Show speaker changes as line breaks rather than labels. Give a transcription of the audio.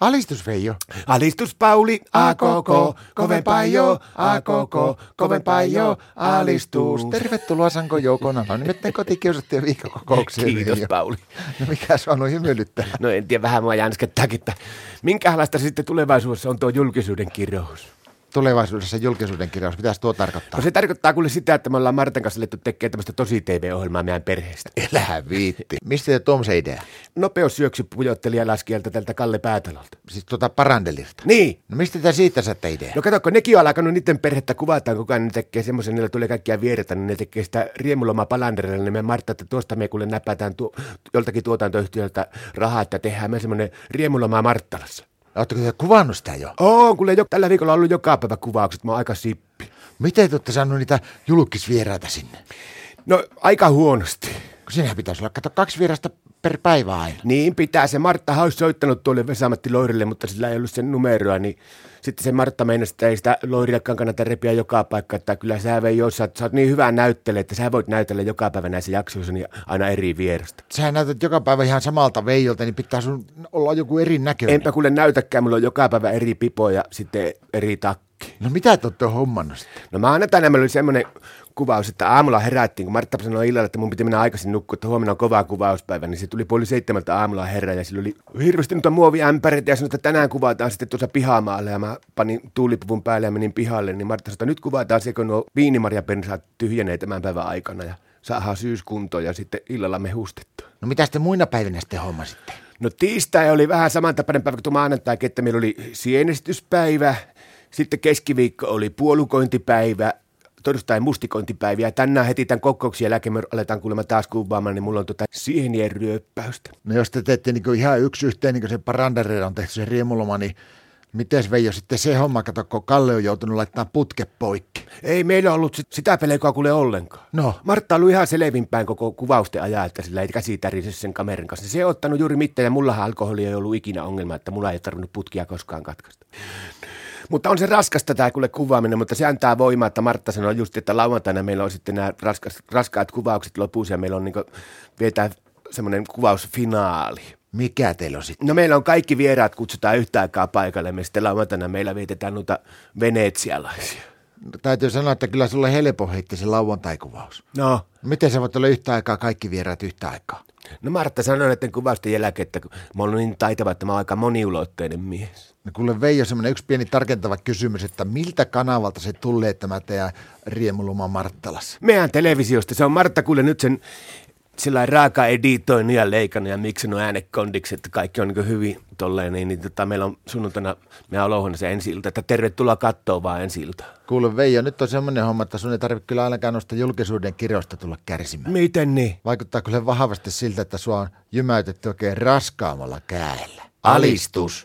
Alistus Veijo.
Alistus Pauli, a koko, kovempaa jo, a koko, kovempaa jo, alistus.
Tervetuloa Sanko Joukona. No nimetten kotikiusattujen viikkokokoukseen.
Kiitos
Veijo.
Pauli.
No mikä se on hymyilyttää?
No en tiedä, vähän mua jänskettääkin, että minkälaista sitten tulevaisuudessa on tuo julkisuuden kirous?
Tulevaisuudessa julkisuuden kirjaus. Mitäs tuo tarkoittaa?
No se tarkoittaa kuule sitä, että me ollaan Martan kanssa alettu tekemään tämmöistä tosi TV-ohjelmaa meidän perheestä.
Elää viitti. Mistä te Tom se idea?
Nopeus syöksy pujottelija laskijalta tältä Kalle Päätalolta.
Siis tuota Parandelilta.
Niin.
No mistä te siitä saatte idea?
No kato, kun nekin on alkanut niiden perhettä kuvataan, kun ne tekee semmoisen, niillä tulee kaikkia vieretä, niin ne tekee sitä riemuloma palanderilla, niin me Martta, että tuosta me kuule näpätään tu- joltakin tuotantoyhtiöltä rahaa, että tehdään me semmoinen riemuloma Marttalassa.
Oletteko No, te kuvannut sitä jo?
Oo, kuule jo, tällä viikolla on ollut joka päivä kuvaukset, mä oon aika sippi.
Miten te olette saanut niitä julkisvieraita sinne?
No, aika huonosti.
Kun sinähän pitäisi olla, kato, kaksi vierasta per päivä aina.
Niin pitää, se Martta olisi soittanut tuolle Vesamatti Loirille, mutta sillä ei ollut sen numeroa, niin sitten se Martta meinasi, että ei sitä Loirillekaan kannata repiä joka paikka, että kyllä sä vei jos sä, oot- sä oot niin hyvä näyttelijä, että sä voit näytellä joka päivä näissä jaksoissa niin aina eri vierestä.
Sä näytät joka päivä ihan samalta Veijolta, niin pitää sun olla joku eri näköinen.
Enpä kuule näytäkään, mulla on joka päivä eri pipo ja sitten eri takki.
No mitä te olette hommannut sitten?
No mä annetaan nämä oli semmoinen kuvaus, että aamulla herättiin, kun Martta sanoi illalla, että mun piti mennä aikaisin nukkua, että huomenna on kova kuvauspäivä, niin se tuli puoli seitsemältä aamulla herää ja sillä oli hirveästi noita muoviämpäreitä ja sanoi, että tänään kuvataan sitten tuossa pihamaalle ja mä panin tuulipuvun päälle ja menin pihalle, niin Martta sanoi, että nyt kuvataan se, kun nuo viinimarjapensaat tyhjenee tämän päivän aikana ja saadaan syyskuntoon ja sitten illalla me hustettu.
No mitä te muina päivinä sitten hommasitte?
No tiistai oli vähän samantapainen päivä kuin maanantaikin, että meillä oli sienestyspäivä, sitten keskiviikko oli puolukointipäivä, torstai mustikointipäivä ja tänään heti tämän kokouksen jälkeen me aletaan kuulemma taas kuvaamaan, niin mulla on tota sienien ryöppäystä.
No jos te teette niin ihan yksi yhteen, niin kuin se Parandereilla on tehty se riemuloma, niin miten Veijo sitten se homma, kato, kun Kalle on joutunut laittamaan putke poikki?
Ei meillä ollut sit, sitä pelkoa kuule ollenkaan.
No.
Martta on ollut ihan selvinpäin koko kuvausten ajan, että sillä ei käsi tärise sen kameran kanssa. Se ei ottanut juuri mitään ja mullahan alkoholi ei ollut ikinä ongelma, että mulla ei ole tarvinnut putkia koskaan katkaista. Mutta on se raskasta tämä kuule kuvaaminen, mutta se antaa voimaa, että Martta sanoi just, että lauantaina meillä on sitten nämä raskas, raskaat kuvaukset lopussa ja meillä on niinku, vietään semmoinen kuvausfinaali.
Mikä teillä on sitten?
No meillä on kaikki vieraat kutsutaan yhtä aikaa paikalle, me sitten lauantaina meillä vietetään noita venetsialaisia.
No, täytyy sanoa, että kyllä sulle helpo heitti se lauantaikuvaus.
No,
Miten sä voit olla yhtä aikaa kaikki vieraat yhtä aikaa?
No Martta sanoi näiden kuvausten jälkeen, että kun mä olen niin taitava, että mä oon aika moniulotteinen mies.
No kuule Veijo, semmoinen yksi pieni tarkentava kysymys, että miltä kanavalta se tulee tämä teidän riemuluma Marttalassa?
Meidän televisiosta, se on Martta kuule nyt sen sillä lailla raaka editoinut ja leikannut ja miksi no äänekondiksi, että kaikki on niin hyvin tolleen, niin, niin tota, meillä on sunnuntaina meidän olohuoneessa ensi ilta, että tervetuloa kattoon vaan ensi ilta.
Kuule Veijo, nyt on semmoinen homma, että sun ei tarvitse kyllä ainakaan noista julkisuuden kirjoista tulla kärsimään.
Miten niin?
Vaikuttaa kyllä vahvasti siltä, että sua on jymäytetty oikein raskaammalla käellä.
Alistus.